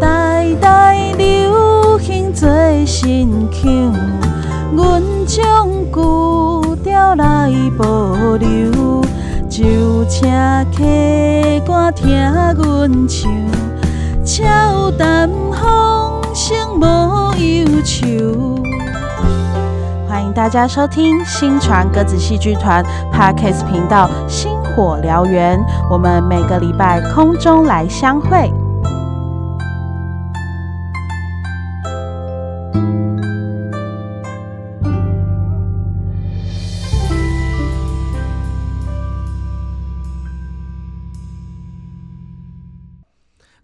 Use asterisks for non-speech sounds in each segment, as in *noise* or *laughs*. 代代流行做新腔，阮将旧调来保留。就请客我听阮唱，俏淡风声无忧愁。欢迎大家收听新传歌子戏剧团 Podcast 频道《星火燎原》，我们每个礼拜空中来相会。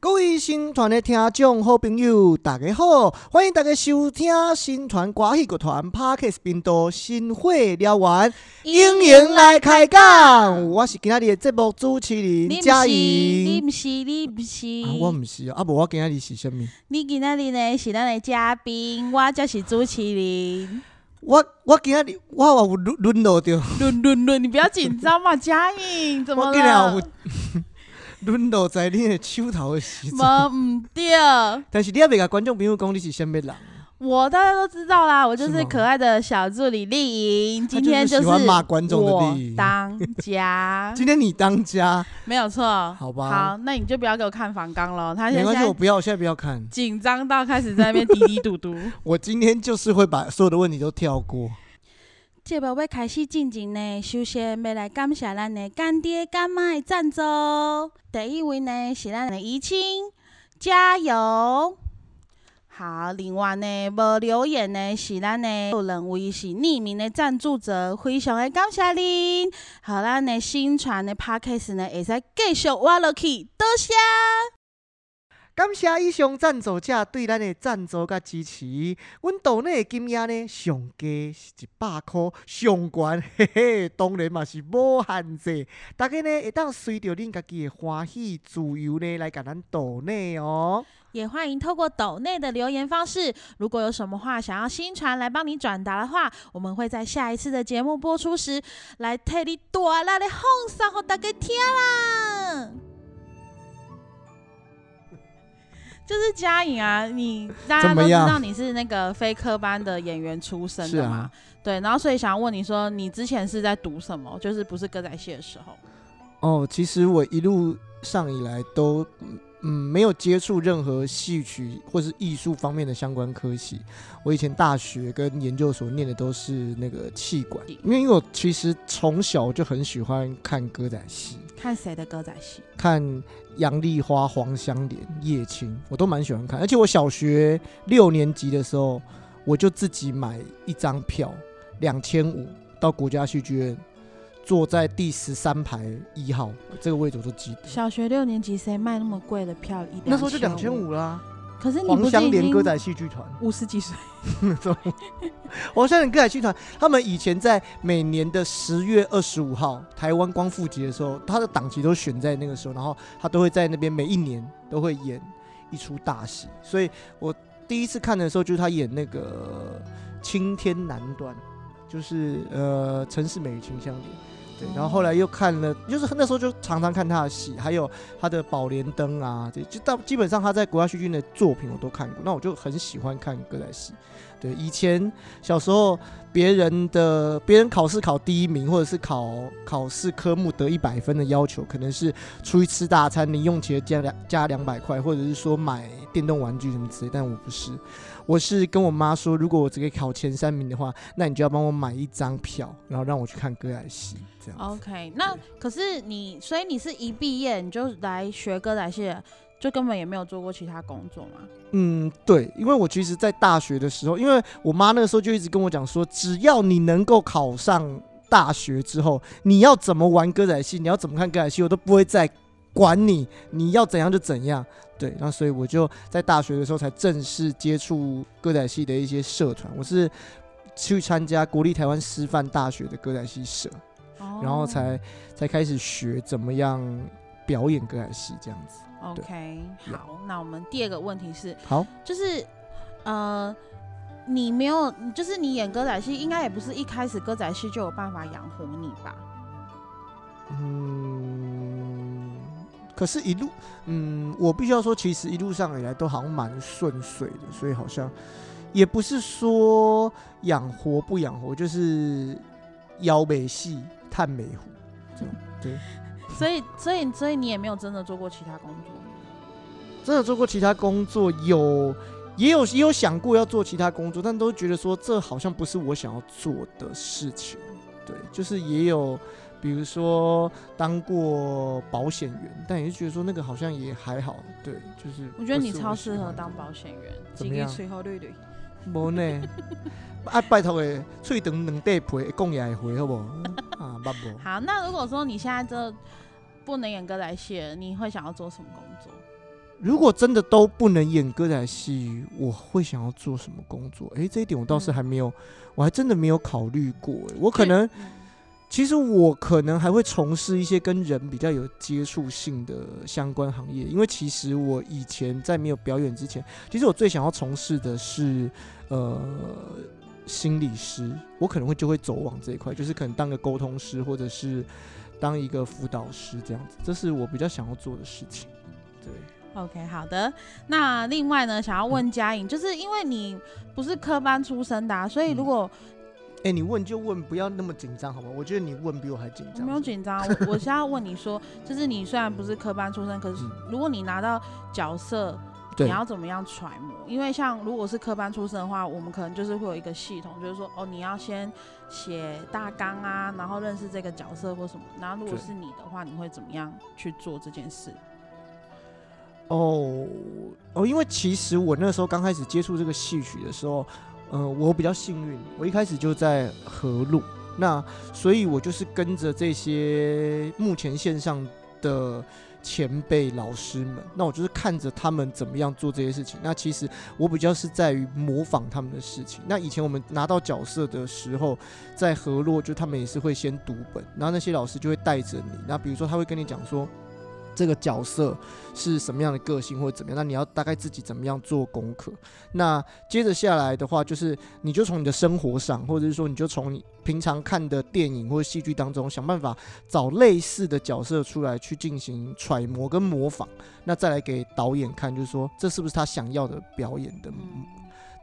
各位新团的听众好朋友，大家好，欢迎大家收听新团歌戏剧团 Parkes 频道《新会燎原》，欢迎来开讲。我是今仔日的节目主持你人不嘉是，你怡。不是，你不是，啊，我毋是啊，啊无我今仔日是啥物？你今仔日呢是咱的嘉宾，我则是主持 *laughs* 人。我我今仔日我有沦沦落着，伦伦伦，你不要紧张嘛，嘉颖，怎么我竟然了有？ *laughs* 沦落在你的手头的 *laughs* 时阵。没唔对，但是你也袂甲观众朋友讲你是啥物人，我大家都知道啦，我就是是吗可爱的小助理丽颖，今天就是喜欢是骂观众的我丽颖当家，今天你当家，没有错，好吧好，那你就不要给我看房纲了，他没现关系，我在不要，我现在不要看，紧张到开始在那边嘀嘀嘟嘟。我今天就是会把所有的问题都跳过。节目要开始进行呢，首先要来感谢咱的干爹干妈的赞助。第一位呢是咱的怡清，加油！好，另外呢，无留言呢是咱的有两位是匿名的赞助者，非常的感谢您。好，咱的新传的 podcast 呢会使继续挖落去，多谢。感谢以上赞助者对咱的赞助甲支持，阮岛内的金额呢上低是一百箍，上悬嘿嘿，当然嘛是无限制。大家呢会当随着恁家己的欢喜自由呢来甲咱岛内哦。也欢迎透过抖内的留言方式，如果有什么话想要新传来帮你转达的话，我们会在下一次的节目播出时来替你大力的放上给大家听啦。 *laughs* 就是嘉颖啊，你大家怎都么知样道你是那个非科班的演员出身是的啊嘛？对，然后所以想要问你说，你之前是在读什么？就是不是歌仔戏的时候？哦，其实我一路上以来都嗯嗯没有接触任何戏曲或是艺术方面的相关科系。我以前大学跟研究所念的都是那个气管，因为因为我其实从小就很喜欢看歌仔戏。看谁的歌仔戏？看杨丽花、黄香莲、叶青，我都蛮喜欢看。而且我小学六年级的时候，我就自己买一张票，两千五到国家戏剧院，坐在第十三排一号这个位置，我都记得。小学六年级谁卖那么贵的票？一那时候就两千2500五啦。可是你黄不是香已莲经歌仔戏剧团， *laughs* 五十几岁？黄香莲歌仔戏团，他们以前在每年的十月二十五号台湾光复节的时候，他的档期都选在那个时候，然后他都会在那边每一年都会演一出大戏，所以我第一次看的时候就是他演那个《青天南端》，就是呃陈世美与秦香莲。对，然后后来又看了，就是呃那时候就常常看他的戏，还有他的《宝莲灯》啊，这就到基本上他在国家戏剧院的作品我都看过，那我就很喜欢看歌仔戏。对，以前小时候别人的别人考试考第一名，或者是考考试科目得一百分的要求，可能是出去吃大餐，零用钱加两加两百块，或者是说买电动玩具什么之类。但我不是，我是跟我妈说，如果我只可以考前三名的话，那你就要帮我买一张票，然后让我去看歌仔戏，这样子。 *laughs* OK，那可是你，所以你是一毕业你就来学歌仔戏了，就根本也没有做过其他工作嘛？嗯，对，因为我其实，在大学的时候，因为我妈那个时候就一直跟我讲说，只要你能够考上大学之后，你要怎么玩歌仔戏，你要怎么看歌仔戏，我都不会再管你，你要怎样就怎样。对，那所以我就在大学的时候才正式接触歌仔戏的一些社团，我是去参加国立台湾师范大学的歌仔戏社，然后才才开始学怎么样表演歌仔戏这样子。哦 OK，对好，那我们第二个问题是，好，就是呃，你没有，就是你演歌仔戏，应该也不是一开始歌仔戏就有办法养活你吧？嗯，可是，一路，嗯，我必须要说，其实一路上以来都好像蛮顺遂的，所以好像也不是说养活不养活，就是腰美戏、探美湖这样。对，所以，所以，所以你也没有真的做过其他工作，真的做过其他工作，有也有也有想过要做其他工作，但都觉得说这好像不是我想要做的事情。对，就是也有，比如说当过保险员，但也是觉得说那个好像也还好。对，就是我觉得不你是超我喜适合欢的当保险员，怎么样随后绿绿。无呢， *laughs* 啊拜托诶，喙长两块皮，讲也会回好无？啊， *laughs* 捌无？好，那如果说你现在这不能演歌仔戏了，你会想要做什么工作？如果真的都不能演歌仔戏，我会想要做什么工作？诶、这一点我倒是还没有，我还真的没有考虑过、诶我可嗯能，嗯其实我可能还会从事一些跟人比较有接触性的相关行业，因为其实我以前在没有表演之前，其实我最想要从事的是呃心理师，我可能会就会走往这一块，就是可能当个沟通师，或者是当一个辅导师这样子，这是我比较想要做的事情。对。 OK，好的。那另外呢，想要问嘉颖，就是因为你不是科班出身的、啊，所以如嗯果哎、你问就问，不要那么紧张，好吗？我觉得你问比我还紧我张。没有紧张，我我是要问你说，就是你虽然不是科班出身，可是嗯如果你拿到角色，对你要怎么样揣摩？因为像如果是科班出身的话，我们可能就是会有一个系统，就是说哦，你要先写大纲啊，然后认识这个角色或什么。然后如果对是你的话，你会怎么样去做这件事？哦哦，因为其实我那时候刚开始接触这个戏曲的时候，呃，我比较幸运，我一开始就在河路，那所以我就是跟着这些目前线上的前辈老师们，那我就是看着他们怎么样做这些事情。那其实我比较是在于模仿他们的事情。那以前我们拿到角色的时候，在河洛就他们也是会先读本，然后那些老师就会带着你。那比如说他会跟你讲说。这个角色是什么样的个性或者怎么样？那你要大概自己怎么样做功课？那接着下来的话，就是你就从你的生活上，或者是说你就从你平常看的电影或者戏剧当中，想办法找类似的角色出来去进行揣摩跟模仿，那再来给导演看，就是说这是不是他想要的表演的嗯，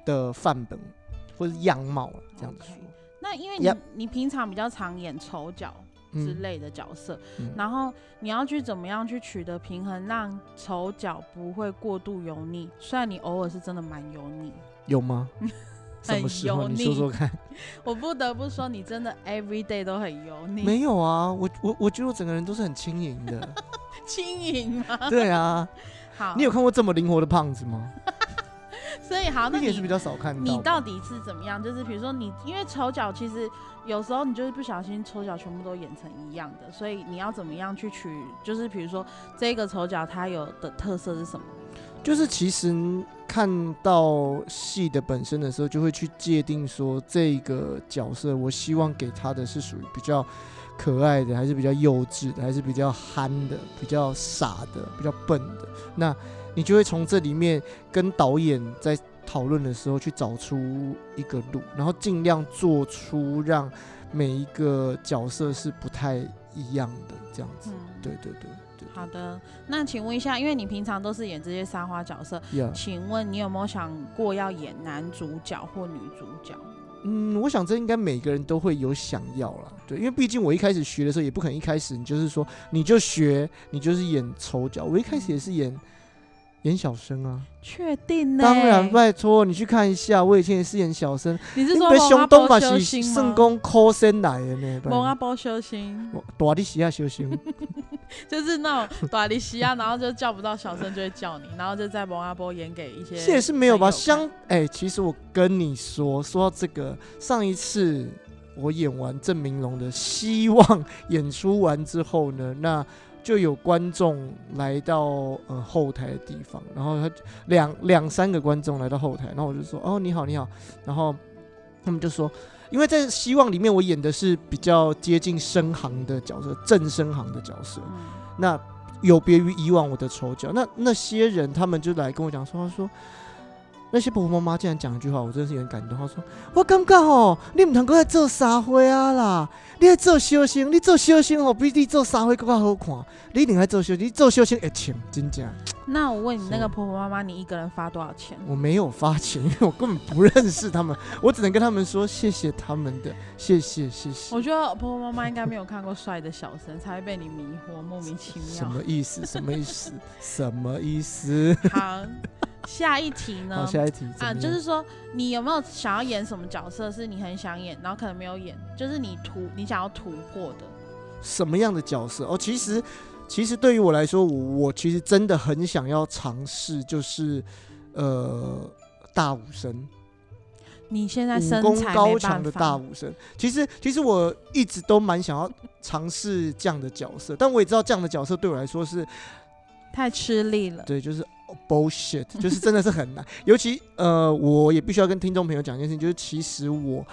的范本或者样貌了、这样子 OK 说。那因为你 Yep 你平常比较常演丑角，之嗯，类的角色，嗯然后你要去怎么样去取得平衡，让丑角不会过度油腻。虽然你偶尔是真的蛮油腻，有 *laughs* 吗？什很么时候？油哎你说腻说看。我不得不说你真的 every day 都很油腻，没有啊，我我我觉得我整个人都是很轻盈 *laughs* 的。轻盈嘛。对啊，好你，有看过这么灵活的胖子吗？所以好，那啊你也是比你较少看到吧。你到底是怎么样？就是比如说你，因为丑角其实有时候你就是不小心丑角全部都演成一样的，所以你要怎么样去取？就是比如说这个丑角它有的特色是什么？就是其实看到戏的本身的时候，就会去界定说这个角色，我希望给他的是属于比较可爱的，还是比较幼稚的，还是比较憨的，比较傻的，比较笨的。那你就会从这里面跟导演在讨论的时候去找出一个路，然后尽量做出让每一个角色是不太一样的这样子。嗯，对对对对好的，那请问一下，因为你平常都是演这些撒花角色，对，呀、请问你有没有想过要演男主角或女主角？嗯，我想这应该每个人都会有想要啦，对，因为毕竟我一开始学的时候，也不可能一开始你就是说你就学，你就是演丑角。我一开始也是演演小生啊，确定呢？当然，拜托你去看一下，我以前也是演小生。你是你说被蒙熊阿东波把修是心吗圣公抠身来的呢，蒙阿拜波修心，托我大力西亚修行，就是那 *laughs* 种短笛西亚，然后就叫不到小声就会叫你，然后就在蒙阿波演给一些。这也是没有朋友吧？看相哎、其实我跟你说，说到这个，上一次我演完郑明龙的《希望》演出完之后呢，那就有观众来到呃后台的地方，然后他两两三个观众来到后台，然后我就说哦你好你好，然后他们就说。因为在《希望》里面，我演的是比较接近深行的角色，正深行的角色。嗯那有别于以往我的丑角，那那些人他们就来跟我讲说，他说，那些婆婆妈妈竟然讲一句话，我真的是有点感动。她说：“我感觉哦，你唔通搁在做沙花啊啦，你在做小生，你做小生哦，比你做沙花更较好看。你一定爱做小生，你做小生会穿，真正。那我问你，那是个婆婆妈妈，你一个人发多少钱？我没有发钱，因为我根本不认识他们，我只能跟他们说谢谢他们的，谢谢谢谢。我觉得婆婆妈妈应该没有看过帅的小生，才会被你迷惑，莫名其什妙。么意思？什么意 *laughs* 思？什么意思？好，下一题 *laughs* 好，呢？下一题啊，怎么样就是说你有没有想要演什么角色是你很想演，然后可能没有演，就是你突你想要突破的。什么样的角色？哦，其实其实对于我来说，我我其实真的很想要尝试，就是呃大武生，你现在武身功材没高强办的法，大武生。其实其实我一直都蛮想要尝试这样的角色，但我也知道这样的角色对我来说是太吃力了。对，就是 *laughs* bullshit，就是真的是很难。尤其呃，我也必须要跟听众朋友讲一件事情，就是其实我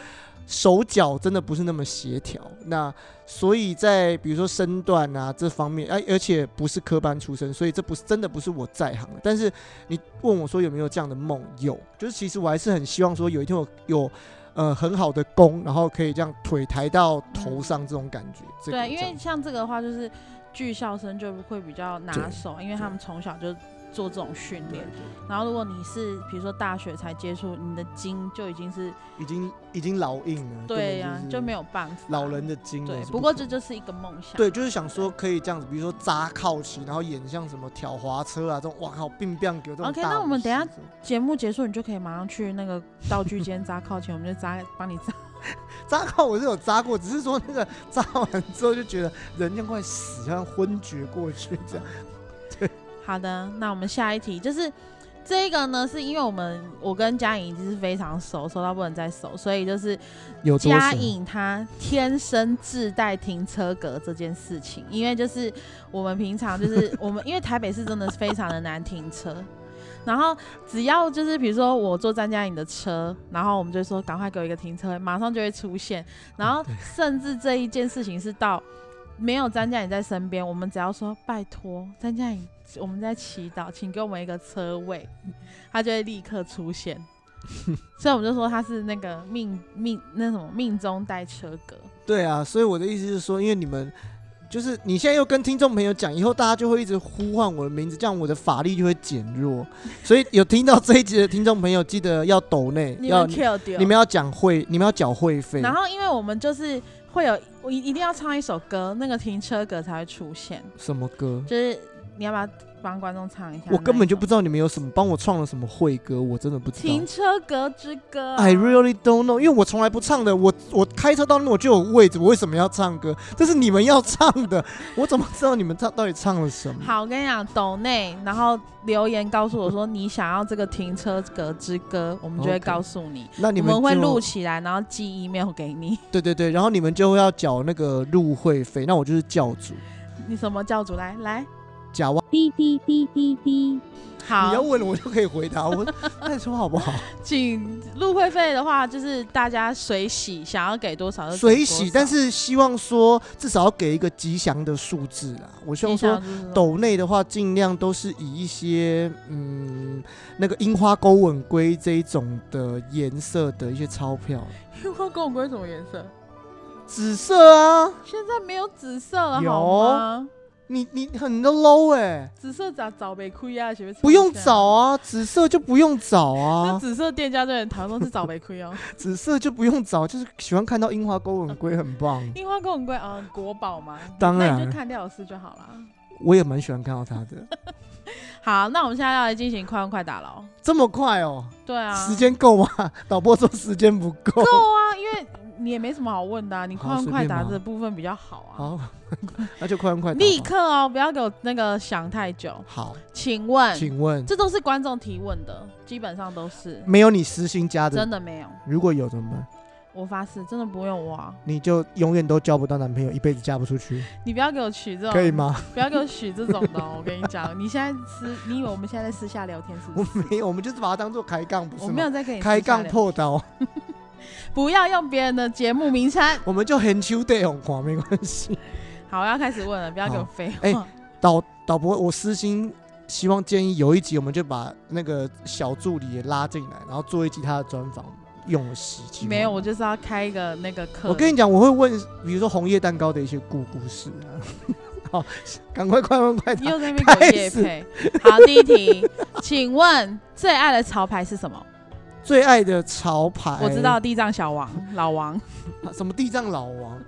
手脚真的不是那么协调，那所以在比如说身段啊这方面，哎、而且不是科班出身，所以这不是真的不是我在行的。但是你问我说有没有这样的梦，有，就是其实我还是很希望说有一天我有。呃，很好的功，然后可以这样腿抬到头上，这种感觉。这个对，因这为样像这个的话，就是剧校生就会比较拿对手，因为他们从小就做这种训对练。然后如果你是比如说大学才接触，你的筋就已经是已经已经老硬了，对呀、根本就没有有办法。老人的经了对，是不可过能这就是一个梦想。对，就是想说可以这样子，比如说扎靠旗，然后演像什么挑滑车啊这种，哇靠，并不样给这种 OK，大那我们武士等一下这种节目结束，你就可以马上去那个道具间扎靠前，我们就扎帮你扎。扎靠我是有扎过，只是说那个扎完之后就觉得人像快死，像昏厥过去这样。嗯好的，那我们下一题就是这个呢，是因为我们我跟嘉颖已经是非常熟，熟到不能再熟，所以就是有嘉颖她天生自带停车格这件事情，因为就是我们平常就是我们因为台北市真的是非常的难停车。然后只要就是比如说我坐张嘉颖的车，然后我们就说赶快给我一个停车位，马上就会出现。然后甚至这一件事情是到没有张嘉颖在身边，我们只要说拜托张嘉颖，我们在祈祷，请给我们一个车位，他就会立刻出现。所以我们就说他是那个命命那什么命中带车格，对啊，所以我的意思是说，因为你们就是你现在又跟听众朋友讲，以后大家就会一直呼唤我的名字，这样我的法力就会减 *laughs* 弱。所以有听到这一集的听众朋友，记得要抖内，你要们 kill 掉你。们要讲会，你们要缴会费。然后因为我们就是会有我一一定要唱一首歌，那个停车格才会出现，什么歌？就是你要不要帮观众唱一下那一首？我根本就不知道你们有什么帮我创了什么会歌，我真的不知道停。车格之歌、啊。 I really don't know，因为我从来不唱的。我我开车到那边我就有位置，我为什么要唱歌？这是你们要唱的， *laughs* 我怎么知道你们唱到底唱了什么？好，我跟你讲，抖内，然后留言告诉我说你想要这个停车格之歌，我们就会 OK 告诉你。那你我们会就录起来，然后寄 email 给你。 *laughs* 对对对，然后你们就要缴那个入会费，那我就是教主你什么教主来来？假哇。滴滴滴滴滴，你要好，问了我就可以回 *laughs* 答，我再说好不好？请入会费的话，就是大家随喜，想要给多少就给随多喜，少但是希望说至少要给一个吉祥的数字啦。我希望你说想就是 *laughs* 说斗内的话，尽量都是以一些嗯那个樱花勾吻龟这一种的颜色的一些钞票，樱花跟我龟什么颜色？紫色啊，现在没有紫色了，有好吗？你你很的 low 哎、紫色找找北亏啊，前面不用找。啊，紫色就不用找那啊，紫色店家就很讨厌说是找北亏哦， *laughs* 紫色就不用找，就是喜欢看到樱花勾吻龟很 *laughs* 棒，樱花跟我龟啊，国宝嘛。当那你就然看廖老师就好了。我也蛮喜欢看到它的，好，那我们现在要来进行快问快答喽。这么快哦， *laughs* 对啊，时间够吗？导播说时间不够，够啊，因为你也没什么好问的、啊，你好快问快答随便吧这部分比较好啊。好， *laughs* 那就快问快答吧，立刻哦，不要给我那个想太久。好，请问，请问这都是观众提问的，基本上都是没有你私心加的真，的没有。如果有怎么办？我发誓，真的不用我、啊，你就永远都交不到男朋友，一辈子嫁不出去，你不要给我取这种，可以？吗？ *laughs* 不要给我取这种的哦、我跟你讲，你现在私，你以为我们现在在私下聊天是不我是？没有，我们就是把它当做开杠，不是我吗？没有在跟你私下开杠聊，破刀，不要用别人的节目名称。我们就很秋对红狂没关系。 *laughs* 好，我要开始问了，不要给我好废话。哎导导播，我私心希望建议有一集我们就把那个小助理也拉进来，然后做一集他的专访，用了十集。没有，我就是要开一个那个课。我跟你讲，我会问，比如说红叶蛋糕的一些故故事啊。 *laughs* 好，赶快快问快你答。又在那边给我夜配。好，第一题，请问最爱的潮牌是什么？最爱的潮牌，我知道地藏小王、老王，啊什么地藏老王。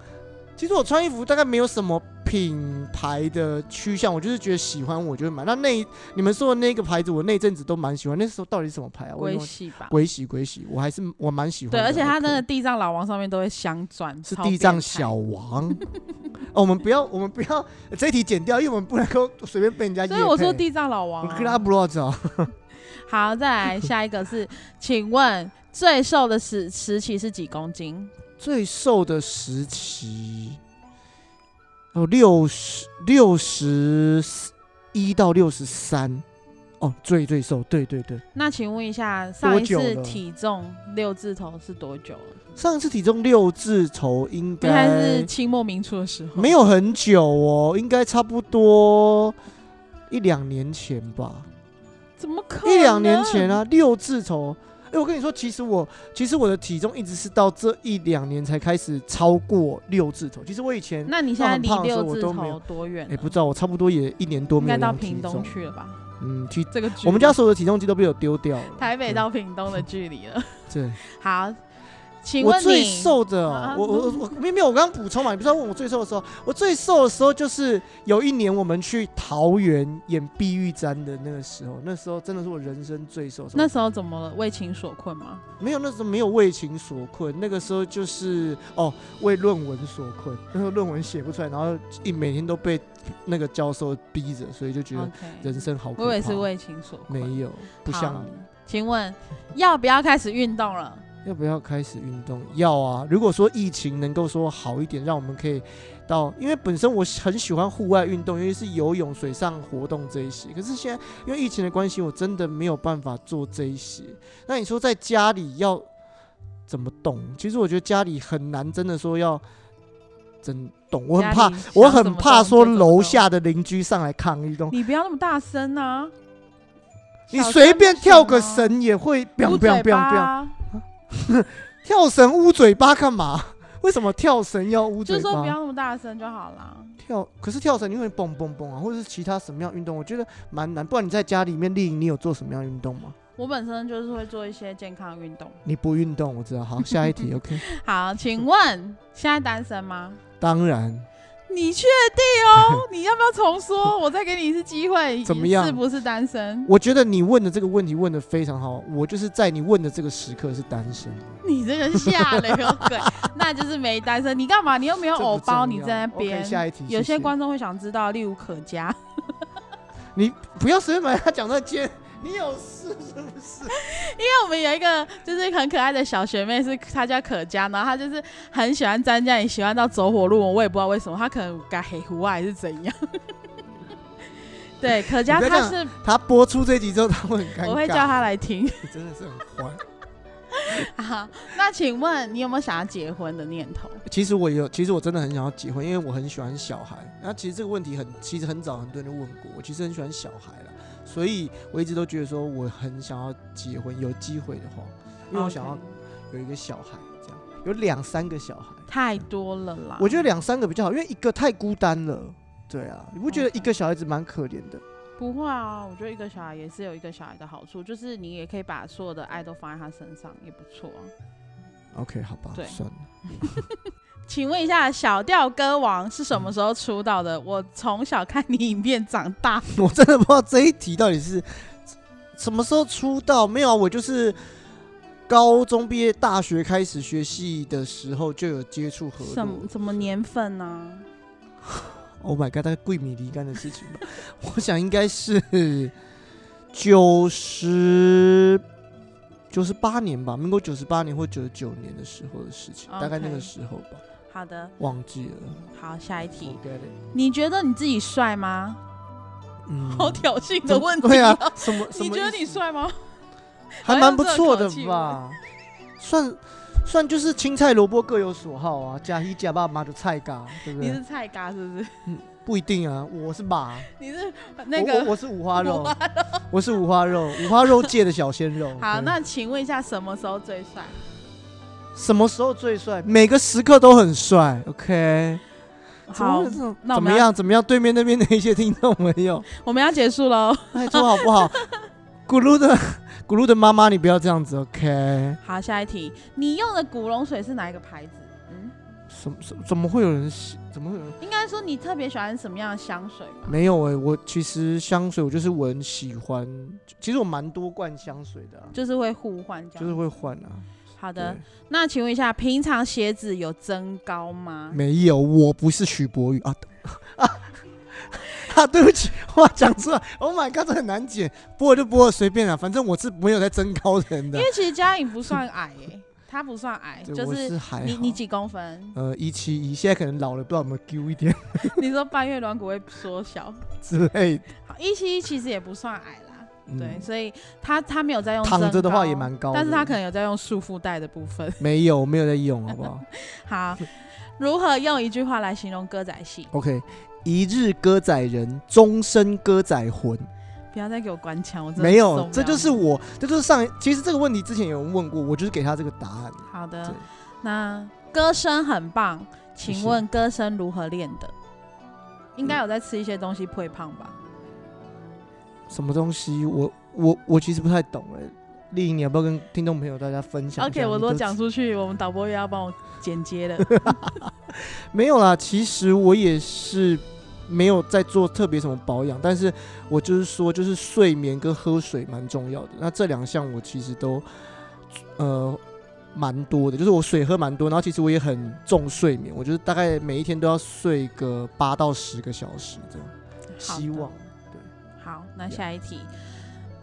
其实我穿衣服大概没有什么品牌的趋向，我就是觉得喜欢我就会买。那那一你们说的那个牌子，我那阵子都蛮喜欢。那时候到底是什么牌啊？我微有点忘记系吧。鬼洗鬼洗，我还是我蛮喜欢对，的。而且他那个 OK 地藏老王上面都会镶钻，是超地藏变态小。王。 *laughs* 哦，我们不要，我们不要呃这一题剪掉，因为我们不能够随便被人家。所以我说，地藏老王我啊、跟他不知道。 *laughs* 好，再来下一个是，请问最瘦的时时期是几公斤？最瘦的时期，哦，六十六十一到六十三，哦，最最瘦，对对对。那请问一下，上一多次久了体重六字头是多久了？上次体重六字头应应该该是清末民初的时候。没有很久哦，应该差不多一两年前吧，怎么可能？一两年前啊，六字头。哎、我跟你说，其实我其实我的体重一直是到这一两年才开始超过六字头。其实我以前那你现在很离胖的时候六我字都没有头多远哎、了？不知道，我差不多也一年多应没该有到量体屏东重。去了吧？嗯，体这个距离我们家所有的体重机都被我丢掉了。台北到屏东的距离 *laughs* 了。对，好，请我问最你瘦的哦啊，我我我没有没有，我刚刚补充嘛，你不是要问我最瘦的时候？我最瘦的时候就是有一年我们去桃园演碧玉簪的那个时候，那时候真的是我人生最瘦的时候。那时候怎么了？为情所困吗？没有，那时候没有为情所困，那个时候就是哦为论文所困，那时候论文写不出来，然后一每天都被那个教授逼着，所以就觉得 OK，人生好可怕。哦我也是为情所困。没有，不像好你。请问要不要开始运动了？要不要开始运动？要啊！如果说疫情能够说好一点，让我们可以到，因为本身我很喜欢户外运动，尤其是游泳、水上活动这一些。可是现在因为疫情的关系，我真的没有办法做这一些。那你说在家里要怎么动？其实我觉得家里很难，真的说要真动。我很家怕里想，我怎很么怕动说就怎么楼动下的邻居上来抗议动，你不要那么大声啊！你小随声便就跳行个啊，绳也会 biang 捂 biang 嘴 biang 巴 biang。啊。跳绳捂嘴巴干嘛？ *laughs* 为什么跳绳要捂就嘴是说不巴？要那么大声就好啦。跳，可是跳绳你会蹦蹦蹦啊，或者是其他什么样运动？我觉得蛮难。不然你在家里面丽颖，你有做什么样运动吗？我本身就是会做一些健康运动。你不运动，我知道。 *laughs* 好，下一题，OK。好，请问现在单身吗？当然，你确定 *laughs* 哦？你要不要重说？我再给你一次机会，怎么样你是不是单身？我觉得你问的这个问题问的非常好。我就是在你问的这个时刻是单身，你这个下流 *laughs* 鬼，那就是没单身。你干嘛？你又没有这不偶包，重你要在那 OK，边。下一题，有谢些谢观众会想知道，例如可嘉，不要随便把他讲到尖。你有事是不是？因为我们有一个就是很可爱的小学妹，是她叫可嘉，然后她就是很喜欢张嘉颖，喜欢到走火入魔，我也不知道为什么，她可能改黑胡啊还是怎样。对，可嘉你不要她这是他播出这集之后，他会很尴尬。我会叫她来听你 *laughs* 真的是很坏。啊。那请问你有没有想要结婚的念头？其实我有，其实我真的很想要结婚，因为我很喜欢小孩。那其实这个问题很，其实很早很多人就问过我，其实很喜欢小孩啦，所以我一直都觉得说我很想要结婚，有机会的话，因为我想要 OK 有一个小孩，这样有两三个小孩，太多了啦。我觉得两三个比较好，因为一个太孤单了。对啊，你不觉得 OK 一个小孩子蛮可怜的？不会啊，我觉得一个小孩也是有一个小孩的好处，就是你也可以把所有的爱都放在他身上，也不错啊。 OK，好吧，对算了。请问一下，小调歌王是嗯什么时候出道的？我从小看你影片长大， *laughs* 我真的不知道这一题到底是什么时候出道。没有啊，我就是高中毕业、大学开始学戏的时候就有接触合什作么。什么年份呢、啊？ Oh my god，大概桂米离干的事情吧。 *laughs* 我想应该是九十九十八年吧，民国九十八年或九十九年的时候的事情 OK 大概那个时候吧，好的，忘记了。好，下一题。 Forget it 你觉得你自己帅吗？嗯好挑衅的问题、对啊，，什么？什你么觉得意思你帅吗？还蛮不错好像这个的口气吧？算算就是青菜萝卜各有所好啊，假一假爸妈就菜嘎，对不你是对？菜嘎是不是？不一定啊，我是马，你是那我我个我是五花 *laughs* 肉五花，我是五花肉，五花肉界的小鲜肉。 *laughs* 好，对那请问一下什么时候最帅？什么时候最帅？每个时刻都很帅。OK，怎么好会，这种那我怎们么要样？怎么样？对面那边的一些听众朋友， *laughs* 我们要结束喽。拜托好不好？ *laughs* 咕噜的咕噜的妈妈，你不要这样子，OK？好，下一题，你用的古龙水是哪一个牌子？嗯，什么什么怎么会有人喜？怎么会有人？应该说你特别喜欢什么样的香水吧？没有哎、我其实香水我就是闻喜欢，其实我蛮多罐香水的啊、就是会互换这样。就是会换啊。好的对，，那请问一下，平常鞋子有增高吗？没有，我不是许博宇啊 *laughs* 啊啊！对不起，话讲出来，Oh my god，这很难剪，播了就播了，随便啦，反正我是没有在增高人的因，为其实嘉颖不算矮诶、 *laughs* 她不算矮，对就我是是还你好？你几公分 *laughs* 呃一七一，现在可能老了，不知道有没有丢一点你说半月软骨会缩小，之类的。好，一七一其实也不算矮啦，*laughs* 嗯对，所以她她没有在用躺着增的话高也蛮高的，但是她可能有在用束缚带的部分。没有没有在用，好不好 *laughs* 好，如何用一句话来形容歌仔戏？ ？OK，一日歌仔人，终身歌仔魂。不要再给我关腔，我真的没受不有了，这就是你。我，这就是上一。其实这个问题之前有人问过，我就是给他这个答案。好的对，那歌声很棒，谢请问歌声如何练的？嗯应该有在吃一些东西不会胖吧？什么东西？我我我其实不太懂哎。丽颖，你要不要跟听众朋友大家分享一下 OK，我你如果的讲出去，我们导播又要帮我剪接 *laughs* 了。没有啦，其实我也是没有在做特别什么保养，但是我就是说，就是睡眠跟喝水蛮重要的。那这两项我其实都呃蛮多的，就是我水喝蛮多，然后其实我也很重睡眠，我就是大概每一天都要睡个八到十个小时这样，好希的望。好，那 Yeah 下一题。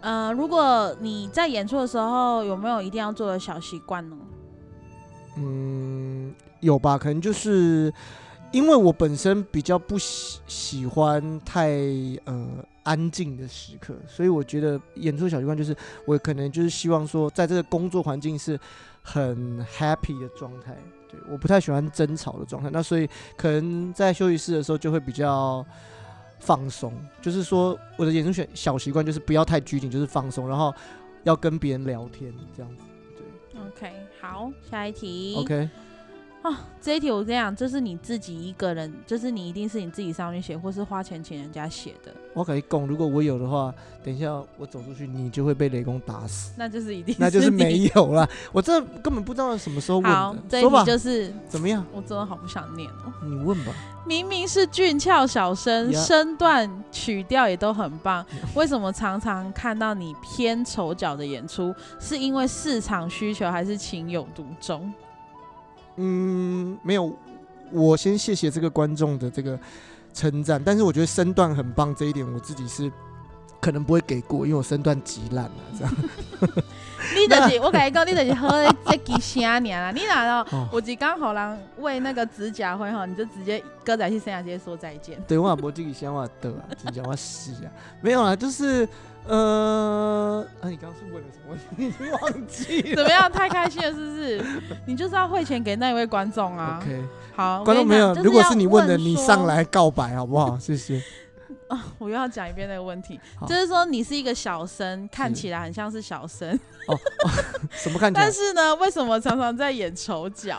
呃，如果你在演出的时候有没有一定要做的小习惯呢？嗯，有吧？可能就是因为我本身比较不喜喜欢太呃安静的时刻，所以我觉得演出小习惯就是我可能就是希望说，在这个工作环境是很 happy 的状态。对，我不太喜欢争吵的状态，那所以可能在休息室的时候就会比较。放松，就是说我的演出小小习惯就是不要太拘谨，就是放松，然后要跟别人聊天这样子。 OK，好，下一题。 OK，这一题我跟你讲，这是你自己一个人，就是你一定是你自己上去写，或是花钱请人家写的，我跟你讲，如果我有的话，等一下我走出去，你就会被雷公打 *laughs* 死，那就是一定那就是你没。有啦。我这根本不知道什么时候问好，这的，一说吧题，就是怎么样？我真的好不想念哦。你问吧。明明是俊俏小生， Yeah 身段曲调也都很棒，为什么常常看到你偏丑角的演出？是因为市场需求，还是情有独钟？嗯，没有，我先谢谢这个观众的这个称赞，但是我觉得身段很棒这一点，我自己是可能不会给过，因为我身段极烂啊，这样。 *laughs* 你就是我跟你讲，你就是喝这几声年啦，你哪到？哦我只刚好让为那个指甲灰哈，你就直接歌仔戏生涯直接说再见。对，我也无这个想法的啊，真讲我死啊，没有啦，就是啊 *laughs* 呃，啊，你刚刚是问了什么 *laughs* 问题？你已经忘记怎了。么样？太开心了，是不是？你就是要汇钱给那一位观众啊。 OK。好，观众朋友，如果是你问问的，你上，来告白好不好？谢 *laughs* 谢。我又要讲一遍那个问题，好就是说你是一个小生，看起来很像是小生，嗯什么看起来但？是呢，为什么常常在演丑角？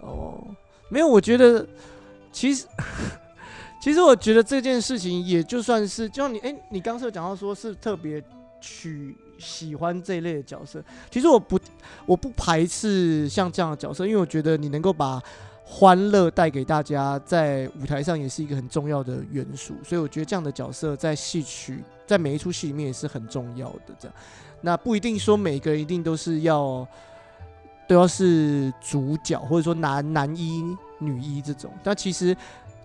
哦，没有，我觉得其实 *laughs* 其实我觉得这件事情也就算是，就像你哎、你刚刚是有讲到说是特别取喜欢这一类的角色，其实我不我不排斥像这样的角色，因为我觉得你能够把。欢乐带给大家，在舞台上也是一个很重要的元素，所以我觉得这样的角色在戏曲，在每一出戏里面也是很重要的。这样，那不一定说每个人一定都是要都要是主角，或者说男男一、女一这种。但其实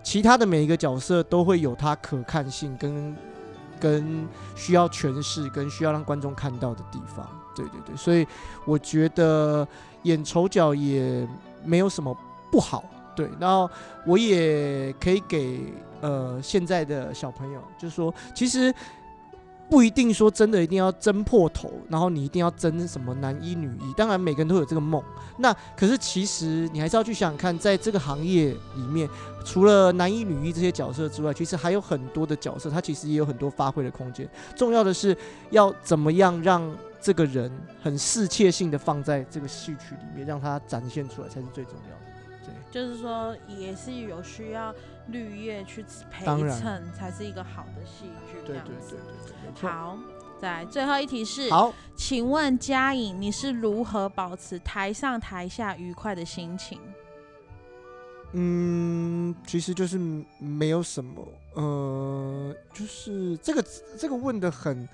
其他的每一个角色都会有它可看性跟跟需要诠释、跟需要让观众看到的地方。对对对，所以我觉得演丑角也没有什么不好。对，然后我也可以给呃现在的小朋友，就是说，其实不一定说真的一定要争破头，然后你一定要争什么男一女一，当然每个人都有这个梦。那可是其实你还是要去想想看，在这个行业里面，除了男一女一这些角色之外，其实还有很多的角色，他其实也有很多发挥的空间。重要的是要怎么样让这个人很适切性的放在这个戏曲里面，让他展现出来才是最重要的。就是说也是有需要绿叶去陪当然衬，才是一个好的戏剧这对样对子对。对对，没错。好，再来最后一题是，好，请问嘉颖，你是如何保持台上台下愉快的心情？嗯，其实就是没有什么，呃，就是这个这个问的很，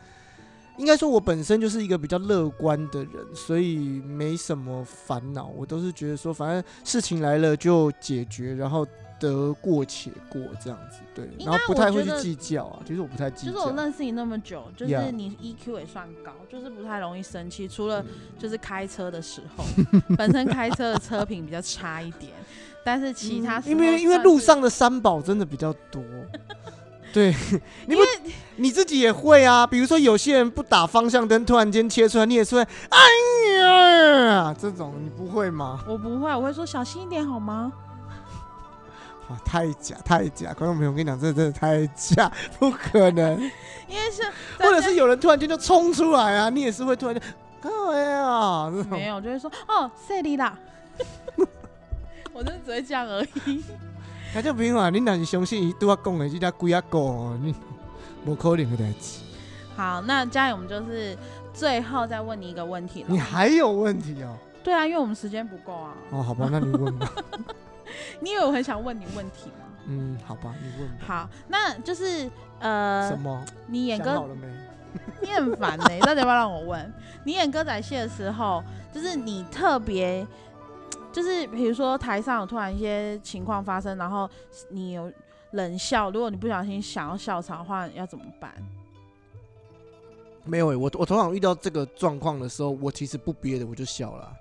应该说我本身就是一个比较乐观的人，所以没什么烦恼，我都是觉得说，反正事情来了就解决，然后得过且过这样子，对，应然后该不我太觉会去得计较啊，其实我不太计就较，是我认识你那么久，就是 Yeah 你 EQ 也算高，就是不太容易生气，除了嗯就是开车的时候，本身开车的车品比较差一点，但是其他时候嗯因为因为算路是上的三宝真的比较多。对，你不你自己也会啊。比如说，有些人不打方向灯，突然间切出来，你也是会哎呀这种，你不会吗？我不会，我会说小心一点好吗？哇，太假太假！观众朋友，我跟你讲，这真的太假， *laughs* 不可能。因为是或者是有人突然间就冲出来啊，你也是会突然间哎呀这没种。有，就会说哦，塞里啦。 *laughs* 我真的只会这样而已。他就朋友啊，你哪是相信伊对我讲的这只鬼啊狗，你不可能的代志。好，那嘉颖，我们就是最后再问你一个问题了。你还有问题哦？对啊，因为我们时间不够啊。哦，好吧，那你问吧。你以为我很想问你问题吗？嗯，好吧，你问吧。好，那就是呃什，么？你演想歌好了没？你很烦呢、 *laughs* 到底要不要让我问？你演歌仔戏的时候，就是你特别，就是比如说台上有突然一些情况发生，然后你有冷笑，如果你不小心想要笑场的话，要怎么办？没有诶、欸我我通常遇到这个状况的时候，我其实不憋的，我就笑了啊。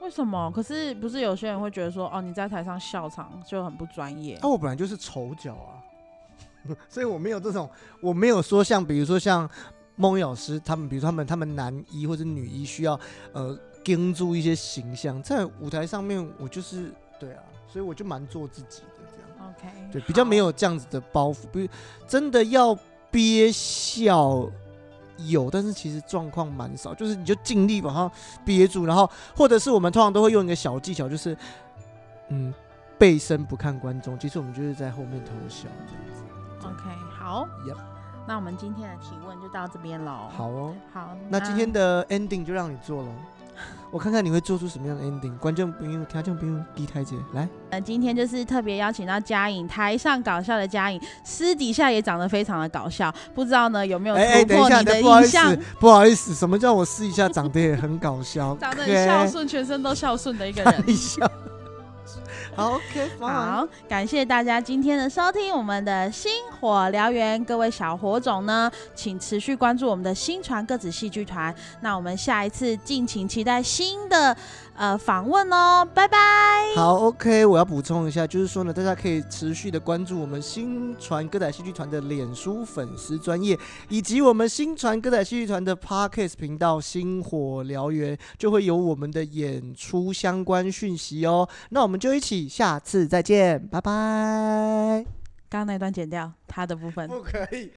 为什么？可是不是有些人会觉得说，哦，你在台上笑场就很不专业啊，？我本来就是丑角啊， *laughs* 所以我没有这种，我没有说像比如说像孟老师他们，比如说他们他们男一或者女一需要呃盯住一些形象，在舞台上面我就是对啊，所以我就蛮做自己的这样。 OK，对，比较没有这样子的包袱。比如真的要憋笑，有，但是其实状况蛮少，就是你就尽力把它憋住，然后或者是我们通常都会用一个小技巧，就是嗯背身不看观众，其实我们就是在后面偷笑这样子。好 OK，好 Yep 那我们今天的提问就到这边喽。，好哦，好，那今天的 ending 就让你做了。我看看你会做出什么样的 ending，观众朋友、听众朋友，第台姐来，呃，今天就是特别邀请到嘉颖，台上搞笑的嘉颖，私底下也长得非常的搞笑，不知道呢有没有哎哎，突等一破下，你等的不好印意象？思，不好意思，什么叫我试一下，长得也很搞 *laughs* 笑，长得，OK 很孝顺，全身都孝顺的一个 *laughs* 人。*laughs* 一下。好，OK，好，好，感谢大家今天的收听，我们的星火燎原，各位小火种呢，请持续关注我们的新传各子戏剧团。那我们下一次敬请期待新的呃访问哦，拜拜。好，OK，我要补充一下，就是说呢，大家可以持续的关注我们新传歌仔戏剧团的脸书粉丝专业，以及我们新传歌仔戏剧团的 Podcast 频道“星火燎原”，就会有我们的演出相关讯息哦。那我们就一起下次再见，拜拜。刚刚那段剪掉他的部分。可以。